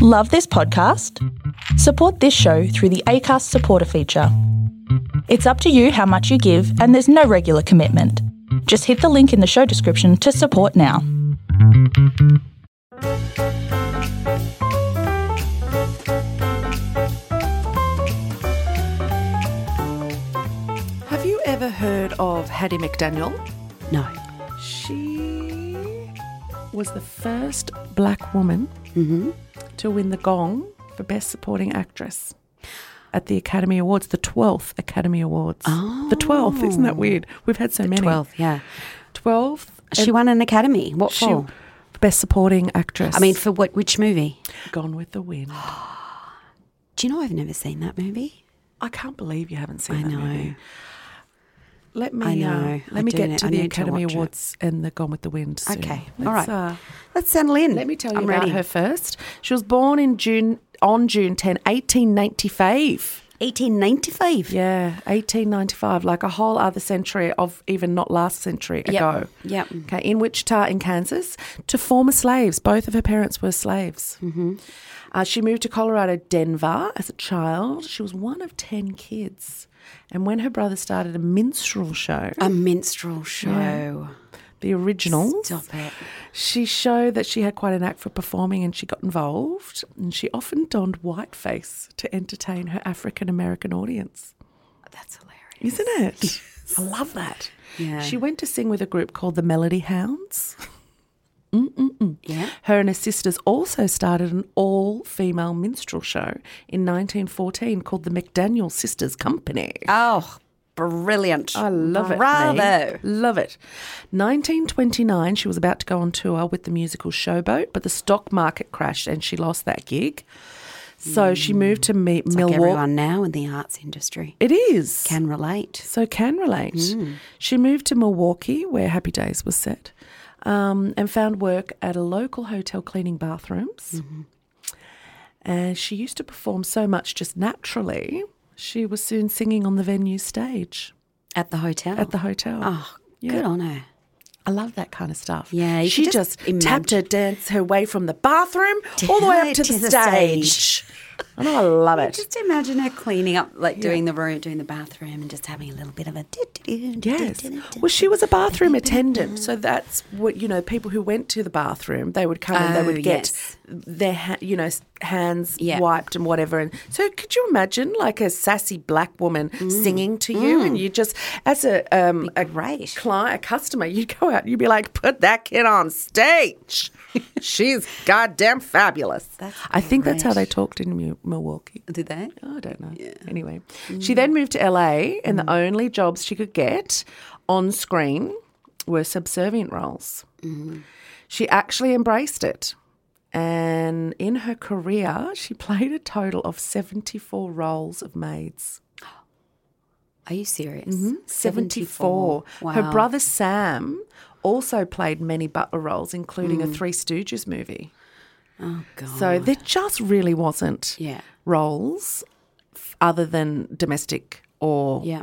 Love this podcast? Support this show through the ACAST supporter feature. It's up to you how much you give, and there's no regular commitment. Just hit the link in the show description to support now. Have you ever heard of Hattie McDaniel? No. She was the first black woman Mm-hmm. to win the gong for Best Supporting Actress at the Academy Awards, the 12th Academy Awards. The 12th, isn't Oh. that weird? We've had so many. 12, yeah. 12th. She won an Academy. What for? Best Supporting Actress. I mean, for what? Which movie? Gone with the Wind. Do you know I've never seen that movie? I can't believe you haven't seen I that know. movie. Let me, I know. Uh, let I me do get need- to I the need to Academy watch it. Awards and the Gone with the Wind. soon. Okay, all right. Let's, uh, Let's settle in. Let me tell you Mm. I'm about ready. her first. She was born in June on June 10, 1895. 1895. Yeah, 1895, like a whole other century of even not last century ago. Yep. Okay, in Wichita, in Kansas, to former slaves. Both of her parents were slaves. Mm-hmm. Uh, she moved to Colorado, Denver as a child. She was one of 10 kids. And when her brother started a minstrel show, A minstrel show. the original, Stop it. she showed that she had quite a knack for performing and she got involved and she often donned whiteface to entertain her African American audience. That's hilarious. Isn't it? I love that. Yeah. She went to sing with a group called the Melody Hounds. Yeah. Her and her sisters also started an all female minstrel show in 1914 called the McDaniel Sisters Company. Oh, brilliant. I love it. Bravo. Meg. Love it. 1929, she was about to go on tour with the musical Showboat, but the stock market crashed and she lost that gig. So she moved to me- Hmm. Like Milwaukee. everyone now in the arts industry it is. can Hmm. relate. so can relate. She moved to Milwaukee, where Happy Days was set, um, and found work at a local hotel cleaning bathrooms. Mm-hmm. And she used to perform so much just naturally, she was soon singing on the venue stage At the hotel. at the hotel. oh, Yeah. good on her. I love that kind of stuff. Yeah, you she can just, just imagine- tapped her dance her way from the bathroom all the way up to, the, stage. I know, I love it. Just imagine her cleaning up, like doing the room, doing the bathroom, and just having a little bit of a. Yes. Well, she was a bathroom attendant, so that's what you know. People who went to the bathroom, they would come and they Oh, would get yes. their ha- you know s- hands Yeah. wiped and whatever. And so, could you imagine like a sassy black woman singing to you, and you just as a um, a great. client, a customer, you'd go out, and you'd be like, "Put that kid on stage. She's goddamn fabulous." That's I think that's how they great. talked in Mu- Milwaukee. Did they? I don't know. Anyway, Mm. she then moved to LA, and the only jobs she could get on screen were subservient roles. Mm-hmm. She actually embraced it. And in her career, she played a total of 74 roles of maids. Are you serious? 74. Wow. Her brother Sam also played many butler roles, including a Mm. Three Stooges movie. Oh god. So there just really wasn't Yeah. roles f- other than domestic or Yeah.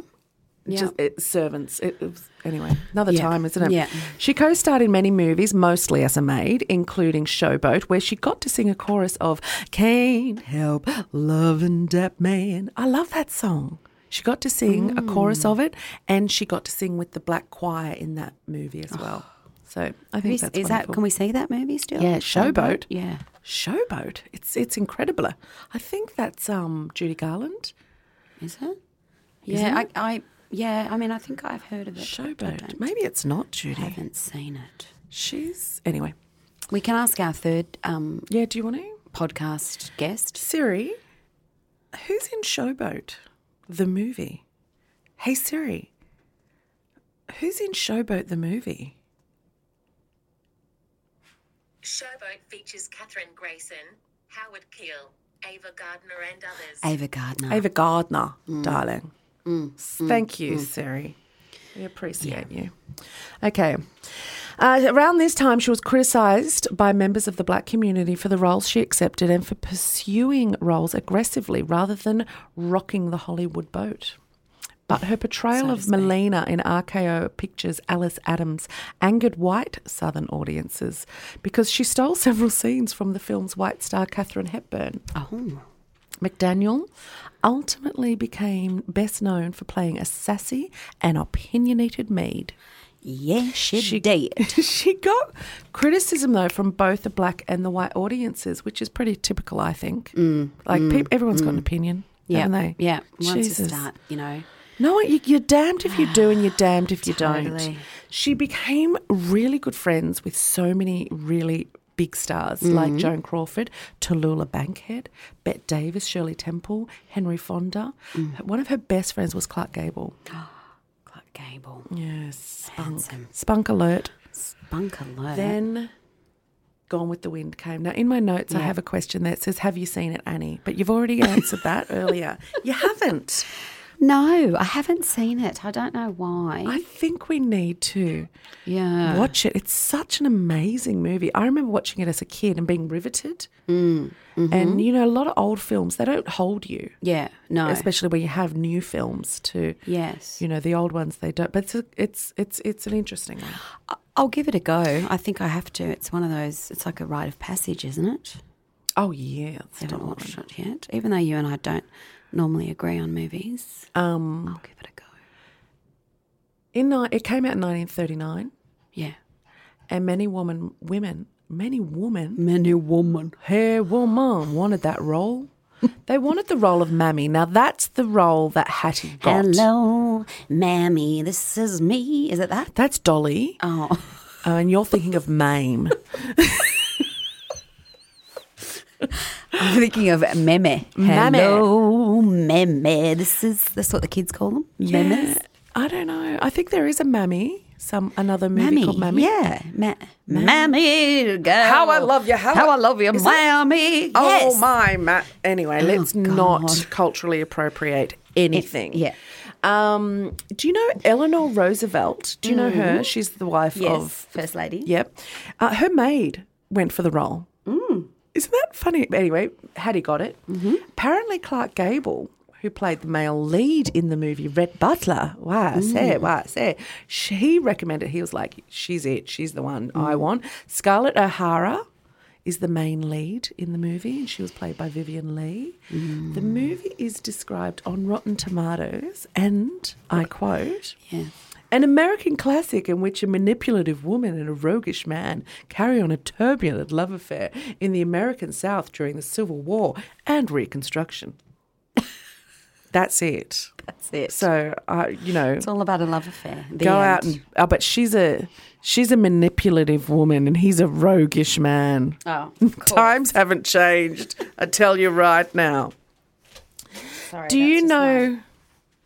Yeah. just it, servants. It, it was, anyway, another Yeah. time, isn't it? Yeah. She co-starred in many movies, mostly as a maid, including Showboat, where she got to sing a chorus of "Can't Help Loving That Man." I love that song. She got to sing a chorus Mm. of it, and she got to sing with the black choir in that movie as well. So I think is that's Oh. is that? wonderful. Can we see that movie still? Yeah, Showboat. Yeah. Showboat. It's it's incredible. I think that's um, Judy Garland. Is it? Yeah. I, I. Yeah. I mean, I think I've heard of it. but I Showboat. don't- Maybe it's not Judy. haven't seen it. She's anyway. We can ask our third um, Yeah. Do you want to podcast guest. Siri? Who's in Showboat? The movie. Hey Siri. Who's in Showboat the movie? Showboat features Catherine Grayson, Howard Keel, Ava Gardner, and others. Ava Gardner. Ava Gardner, darling. S- Thank you, Siri. We appreciate you. Okay. Uh, around this time, she was criticised by members of the black community for the roles she accepted and for pursuing roles aggressively rather than rocking the Hollywood boat. But her portrayal of Melina in RKO Pictures' Alice Adams angered white Southern audiences because she stole several scenes from the film's white star Katharine Hepburn. Oh. McDaniel ultimately became best known for playing a sassy and opinionated maid. Yeah, she, did. she got criticism though from both the black and the white audiences, which is pretty typical, I think. Mm, like peop everyone's got an opinion, mm. Yeah. haven't they? Yeah. Once you Jesus. start, you know. No, you, you're damned if you do and you're damned if you don't. Totally. She became really good friends with so many really big stars like Joan Crawford, Tallulah Bankhead, Bette Davis, Shirley Temple, Henry Fonda. One of her best friends was Clark Gable. Clark Gable. Yes, spunk. Handsome. Spunk alert. Spunk alert. Then Gone with the Wind came. Now, in my notes, I have a question that says, Have you seen it, Annie? But you've already answered that earlier. You haven't. no, I haven't seen it. I don't know why. I think we need to yeah. watch it. It's such an amazing movie. I remember watching it as a kid and being riveted. And, you know, a lot of old films, they don't hold you, Yeah. No. especially when you have new films to. yes. You know the old ones; they don't. But it's a, it's it's it's an interesting one. I- I'll give it a go. I think I have to. It's one of those, it's like a rite of passage, isn't it? Oh yeah, it's I haven't watched it yet. Even though you and I don't normally agree on movies, um, I'll give it a go. in ni- it came out in 1939. Yeah. and many woman women many women Many woman. her woman wanted that role they wanted the role of mammy now that's the role that hattie got Hello, Mammy, this is me. Is it that? that's dolly Oh, uh, and you're thinking of mame I'm thinking of Meme. Meme. Hello, Meme. This is that's what the kids call them. Memes. Yeah, i don't know i think there is a mammy some another movie Mammy. called mammy Yeah. Ma- Mammy, girl. How I love you, how I- I love you, Is it- Mammy. yes. Oh, Oh my! Ma- anyway, let's not God. culturally appropriate anything. yeah. Um, do you know Eleanor Roosevelt? Do you know her? She's the wife Mm-hmm. Yes, of First Lady. Yep. Uh, her maid went for the role. Mm. Isn't that funny? But Anyway, Hattie got it. Mm-hmm. Apparently, Clark Gable, who played the male lead in the movie Red Butler, wow, Mm. say, wow, say, she recommended, he was like, she's it, she's the one Mm. I want. Scarlett O'Hara is the main lead in the movie, and she was played by Vivian Lee. Mm. The movie is described on Rotten Tomatoes, and I quote, Yeah. an American classic in which a manipulative woman and a roguish man carry on a turbulent love affair in the American South during the Civil War and Reconstruction. That's it. That's it. So, uh, you know, it's all about a love affair. The go end. out and. Oh, but she's a she's a manipulative woman, and he's a roguish man. Oh, of course. Times haven't changed. I tell you right now. Sorry, Do that's you just my know?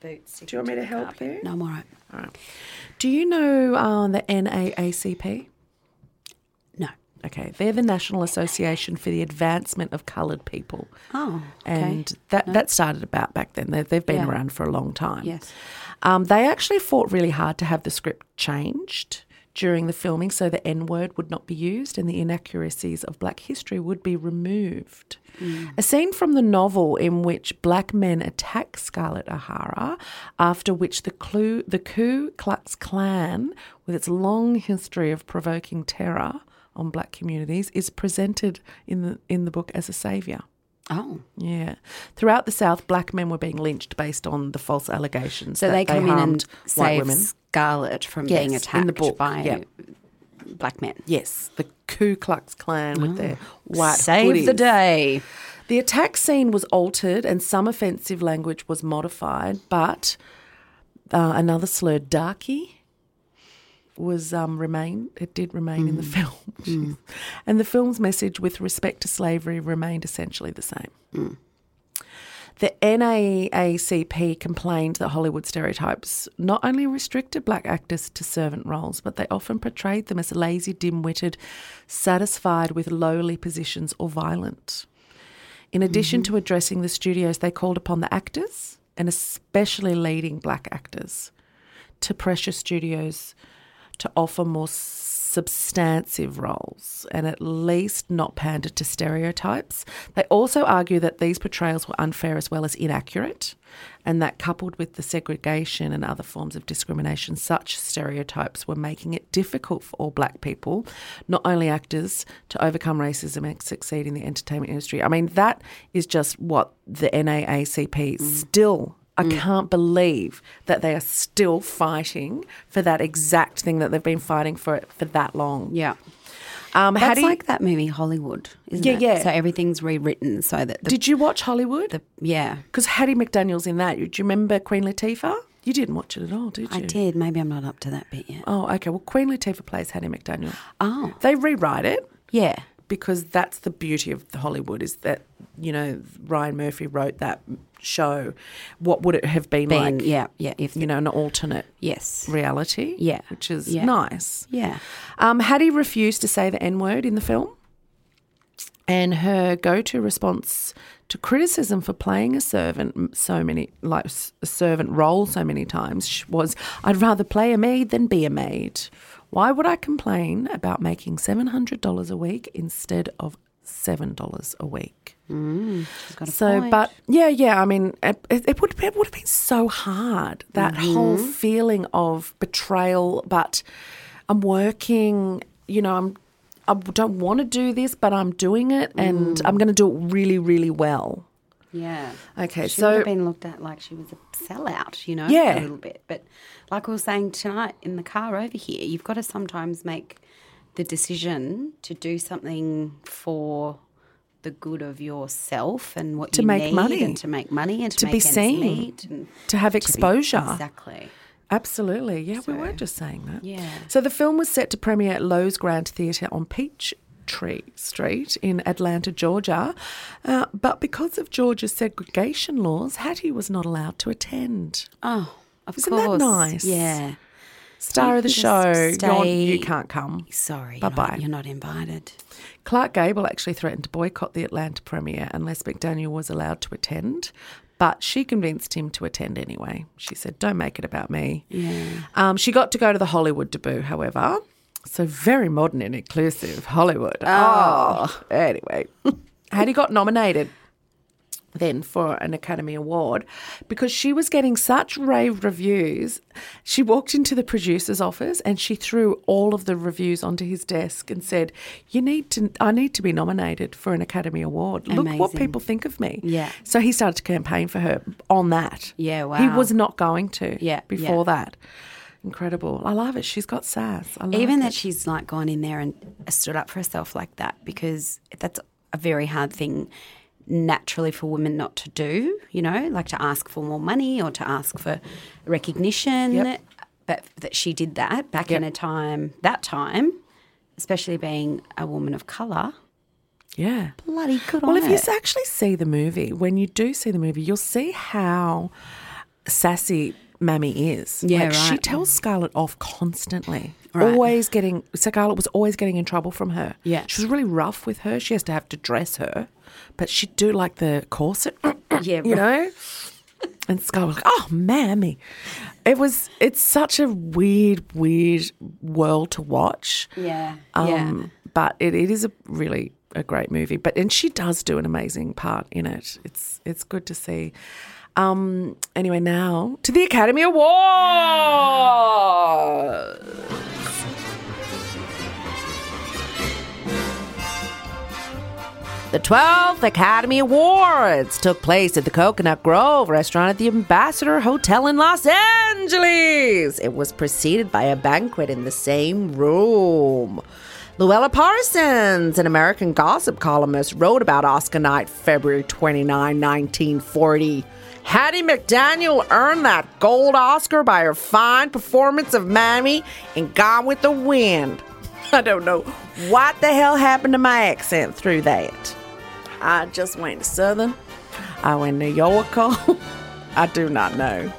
boots sticking Do you want me to to the help carpet. you? No, I'm all right. Do you know uh, the NAACP? No. Okay, they're the National Association for the Advancement of Coloured People. Oh, okay. And that, that started about back then. They, they've been Yeah. around for a long time. Yes. Um, they actually fought really hard to have the script changed during the filming so the N word would not be used and the inaccuracies of black history would be removed. Mm. A scene from the novel in which black men attack Scarlett O'Hara, after which the, clue, the Ku Klux Klan, with its long history of provoking terror on black communities, is presented in the, in the book as a saviour. Oh, Yeah. Throughout the South, black men were being lynched based on the false allegations. so that they come in harmed and white save women. Scarlet from being Yes, attacked in the book, by yeah. black men. Yes, the Ku Klux Klan with their white Ah. Save the hoodies. day. The attack scene was altered and some offensive language was modified, but uh, another slur, darky, was um, remain. It did remain in the Hmm. film, Jeez. and the film's message with respect to slavery remained essentially the same. The NAACP complained that Hollywood stereotypes not only restricted black actors to servant roles, but they often portrayed them as lazy, dim witted, satisfied with lowly positions, or violent. In addition to addressing the studios, they called upon the actors, and especially leading black actors, to pressure studios to offer more s- substantive roles and at least not pandered to stereotypes. They also argue that these portrayals were unfair as well as inaccurate, and that coupled with the segregation and other forms of discrimination, such stereotypes were making it difficult for all black people, not only actors, to overcome racism and succeed in the entertainment industry. I mean, that is just what the NAACP still I Mm. can't believe that they are still fighting for that exact thing that they've been fighting for for that long. Yeah. Um, how That's do you, like that movie Hollywood, isn't Yeah, it? yeah. So everything's rewritten so that the, did you watch Hollywood? the yeah. Because Hattie McDaniel's in that. Do you remember Queen Latifah? You didn't watch it at all, did you? I did. Maybe I'm not up to that bit yet. Oh, okay. Well, Queen Latifah plays Hattie McDaniel. Oh. They rewrite it Yeah. because that's the beauty of Hollywood is that you know Ryan Murphy wrote that show. What would it have been, Being like? yeah, yeah. If You know, an alternate yes. reality. Yeah. Which is Yeah. nice. Yeah. Um, Hattie refused to say the N word in the film, and her go to response to criticism for playing a servant m- so many, like s- a servant role so many times, sh- was I'd rather play a maid than be a maid. Why would I complain about making $700 a week instead of $7 a week? She's got a So, point. but yeah, yeah. I mean, it, it it would it would have been so hard that Mm-hmm. whole feeling of betrayal. But I'm working. You know, I'm. I don't want to do this, but I'm doing it, and Mm. I'm going to do it really, really well. Yeah. Okay, she so- would have been looked at like she was a sellout, you know, Yeah. a little bit. But like we were saying tonight in the car over here, you've got to sometimes make the decision to do something for the good of yourself and what To you make need money. and to make money and to, To be make ends seen. meet and To have be- exposure. exactly. Absolutely. Yeah, we were just saying that. Yeah. So the film was set to premiere at Lowe's Grand Theatre on Peachtree Street in Atlanta, Georgia. Uh, but because of Georgia's segregation laws, Hattie was not allowed to attend. Oh, of Isn't that course. nice? Yeah. Star You of the just show, you're, stay- you can't come. Sorry. Bye bye. You're not invited. Clark Gable actually threatened to boycott the Atlanta premiere unless McDaniel was allowed to attend, but she convinced him to attend anyway. She said, Don't make it about me. Yeah. Um, she got to go to the Hollywood debut, however. So very modern and inclusive Hollywood. Oh, anyway. Hattie got nominated then for an Academy Award because she was getting such rave reviews. She walked into the producer's office and she threw all of the reviews onto his desk and said, "You need to I need to be nominated for an Academy Award. Look what Amazing. people think of me." Yeah. So he started to campaign for her on that. Yeah, He wow. was not going to Yeah, before that. Incredible. I love it. She's got sass. I love even it. that she's like gone in there and stood up for herself like that because that's a very hard thing naturally for women not to do you know like to ask for more money or to ask for recognition Yep. but that she did that back in a time that time especially being a woman of color Yeah. bloody good Well, on if you her. s- actually see the movie, when you do see the movie, you'll see how sassy Mammy is. Yeah, like, she right. tells Scarlett off constantly. Right. Always getting Scarlett was always getting in trouble from her. Yeah. she was really rough with her. She has to have to dress her, but she would do like the corset. Yeah, you right. know. And Scarlett was like, "Oh, Mammy." It was. It's such a weird, weird world to watch. yeah yeah Um, But it, it is a really a great movie. But and she does do an amazing part in it. It's it's good to see. Um, anyway, now to the Academy Award. The 12th Academy Awards took place at the Coconut Grove restaurant at the Ambassador Hotel in Los Angeles. It was preceded by a banquet in the same room. Luella Parsons, an American gossip columnist, wrote about Oscar night February 29, 1940. Hattie McDaniel earned that gold Oscar by her fine performance of Mammy in Gone with the Wind. I don't know what the hell happened to my accent through that. I just went Southern. I went New Yorker. I do not know.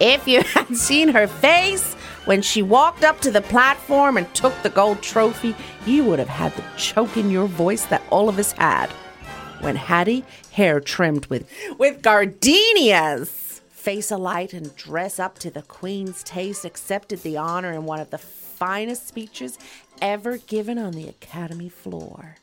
If you had seen her face when she walked up to the platform and took the gold trophy, you would have had the choke in your voice that all of us had when Hattie, hair trimmed with with gardenias, face alight and dress up to the queen's taste, accepted the honor in one of the finest speeches ever given on the Academy floor.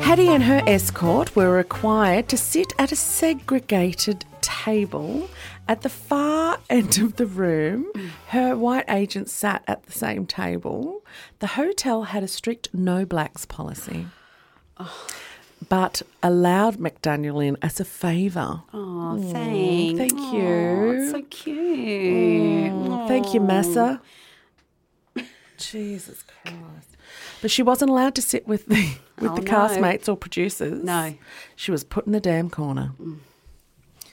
Hattie and her escort were required to sit at a segregated table at the far end of the room. Her white agent sat at the same table. The hotel had a strict no blacks policy, but allowed McDaniel in as a favour. Oh, thanks. thank Aw, you. it's so cute. Mm. Thank you, Massa. Jesus Christ. But she wasn't allowed to sit with the with Oh, the no. castmates or producers. No. She was put in the damn corner.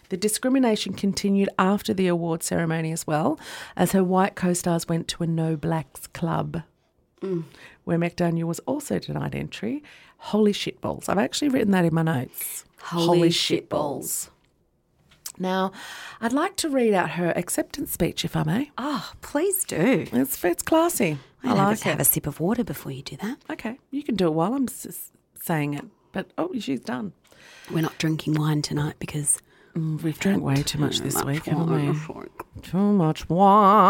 The discrimination continued after the award ceremony as well, as her white co-stars went to a no blacks club. Where McDaniel was also denied entry. Holy shitballs. I've actually written that in my notes. Holy shitballs. Now, I'd like to read out her acceptance speech, if I may. Oh, please do. It's, it's classy. I, And have, like a, have it. a sip of water before you do that. Okay, you can do it while I'm s- s- saying it. But oh, she's done. We're not drinking wine tonight because Mm, We've drank way too much this much week, wine. haven't we? Too much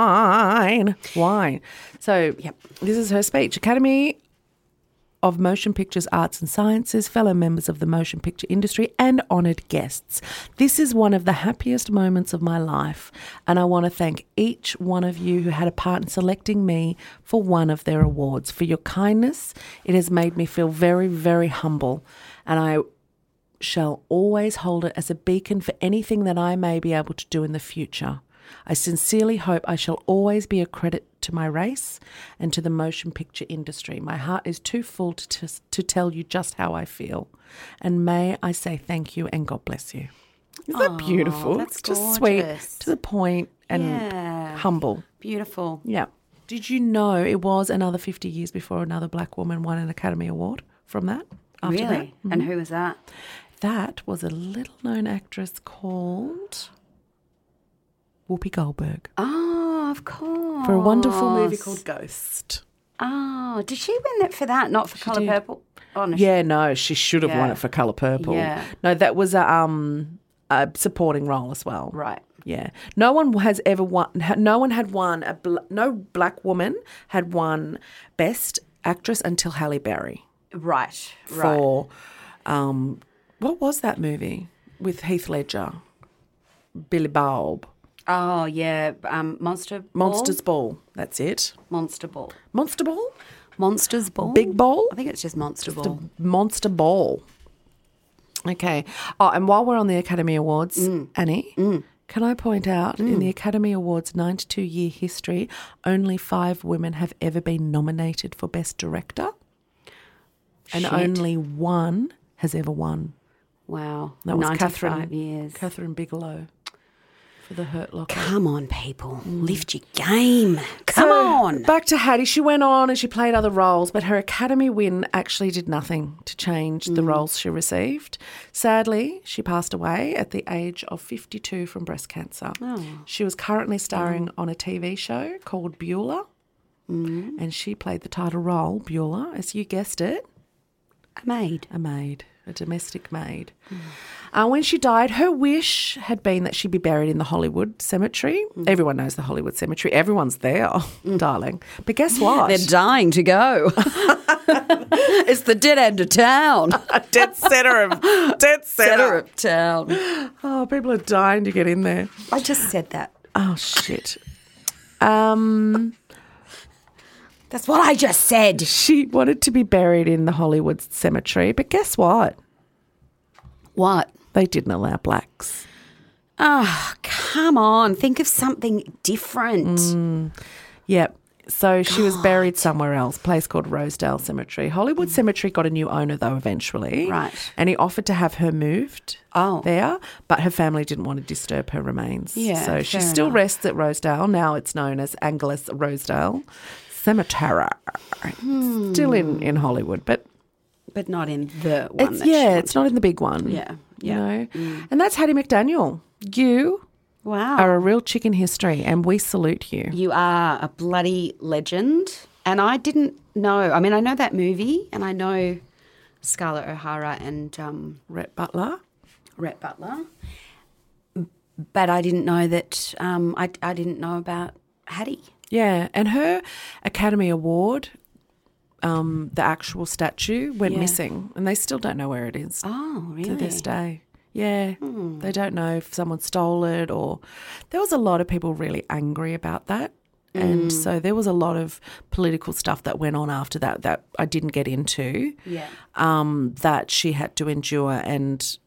wine. Wine. So, Yep. this is her speech. Academy of Motion Pictures Arts and Sciences, fellow members of the motion picture industry, and honoured guests. This is one of the happiest moments of my life, and I want to thank each one of you who had a part in selecting me for one of their awards. For your kindness, it has made me feel very, very humble, and I shall always hold it as a beacon for anything that I may be able to do in the future. I sincerely hope I shall always be a credit to my race and to the motion picture industry. My heart is too full to, to, to tell you just how I feel. And may I say thank you and God bless you. Isn't that beautiful? that's it's just sweet, gorgeous. to the point, and Yeah. humble. beautiful. Yeah. Did you know it was another 50 years before another black woman won an Academy Award from that? After really? That? And who was that? Mm-hmm. That was a little known actress called Whoopi Goldberg Oh, of course. for a wonderful movie called Ghost. Oh, did she win it for that? Not for Color did. Purple? Oh, no, she- Yeah, no, she should have won Yeah. it for Color Purple. Yeah. No, that was a, um, a supporting role as well. Right. Yeah. No one has ever won, ha- no one had won, a bl- no black woman had won Best Actress until Halle Berry Right. Right. for, um, what was that movie with Heath Ledger? Billy Bob. Oh, yeah. Um, Monster Ball? Monsters Ball. That's it. Monster Ball. Monster Ball? Monsters Ball? Big Ball? I think it's just Monster Ball. Monster Ball. Okay. Oh, and while we're on the Academy Awards, Mm. Annie, can I point out in the Academy Awards 92 year history, only five women have ever been nominated for Best Director, and Shit. only one has ever won. Wow. That was 95 Catherine, years. Catherine Bigelow for The Hurt Locker. Come on, people. Lift your game. Come So, on. Back to Hattie. She went on and she played other roles, but her Academy win actually did nothing to change the roles she received. Sadly, she passed away at the age of 52 from breast cancer. She was currently starring on a TV show called Beulah, and she played the title role, Beulah, as you guessed it, A maid. a maid, a domestic maid. Mm. Uh, when she died, her wish had been that she be buried in the Hollywood Cemetery. Mm. Everyone knows the Hollywood Cemetery. Everyone's there, darling. But guess what? They're dying to go. it's the dead end of town. dead center of dead Center of town. Oh, people are dying to get in there. I just said that. Oh shit. Um, That's what I just said. she wanted to be buried in the Hollywood cemetery, but guess what? What? They didn't allow blacks. Oh, come on. Think of something different. Yep. So she was buried somewhere else, a place called Rosedale Cemetery. Hollywood Cemetery got a new owner though eventually. Mm. Right. And he offered to have her moved Oh. there, but her family didn't want to disturb her remains. Yeah, So she fair still enough. rests at Rosedale. Now it's known as Angelus Rosedale Cemetery. Hmm. Still in, in Hollywood, but But not in the one it's, that she yeah, wants. it's not in the big one. Yeah, Mm. You know? And that's Hattie McDaniel. You Wow. are a real chicken history and we salute you. You are a bloody legend. And I didn't know. I mean, I know that movie and I know Scarlett O'Hara and um, Rhett Butler. Rhett Butler. but I didn't know that um, I, I didn't know about Hattie. Yeah, and her Academy Award, um, the actual statue, went Yeah. missing, and they still don't know where it is Oh, really? Hmm. to this day. Yeah, they don't know if someone stole it or. There was a lot of people really angry about that. Hmm. And so there was a lot of political stuff that went on after that that I didn't get into. Yeah. um, that she had to endure and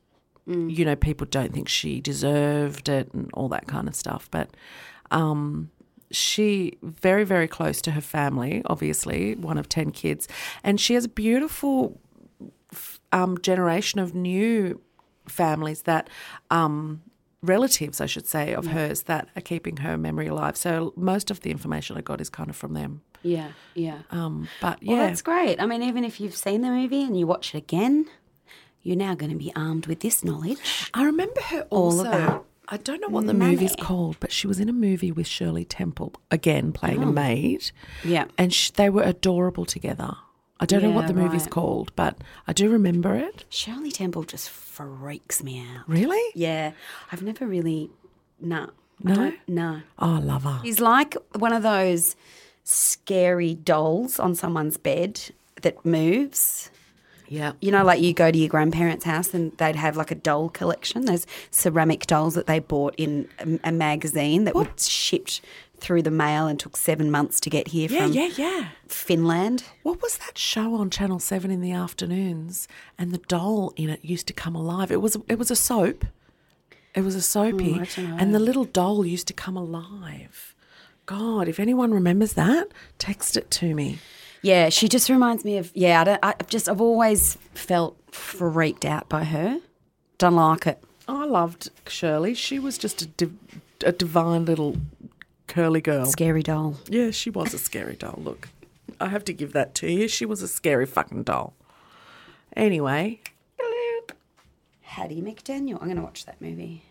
Hmm. you know people don't think she deserved it and all that kind of stuff but um, she very very close to her family obviously one of 10 kids and she has a beautiful f- um, generation of new families that um, relatives i should say of hers that are keeping her memory alive so most of the information i got is kind of from them Yeah. Yeah. um, but yeah Well, that's great. I mean, even if you've seen the movie and you watch it again, you're now going to be armed with this knowledge. I remember her also. about I don't know what the money. movie's called, but she was in a movie with Shirley Temple again, playing a maid, Yeah. and sh they were adorable together. I don't know what Yeah, the movie's right. called, but I do remember it. Shirley Temple just freaks me out. Really? Yeah. I've never really. Nah. No? I don't, nah. Oh, I love her. He's like one of those scary dolls on someone's bed that moves. Yeah. You know, like you go to your grandparents' house and they'd have like a doll collection, those ceramic dolls that they bought in a, a magazine that were shipped through the mail and took seven months to get here Yeah, from yeah, yeah. Finland. What was that show on Channel Seven in the afternoons? And the doll in it used to come alive. It was it was a soap. It was a soapy, and the little doll used to come alive. God, if anyone remembers that, text it to me. Yeah, she just reminds me of yeah. I don't, I I've just I've always felt freaked out by her. Don't like it. I loved Shirley. She was just a, div- a divine little curly girl. Scary doll. Yeah, she was a scary doll. Look, I have to give that to you. She was a scary fucking doll. Anyway, Hattie McDaniel. I'm going to watch that movie.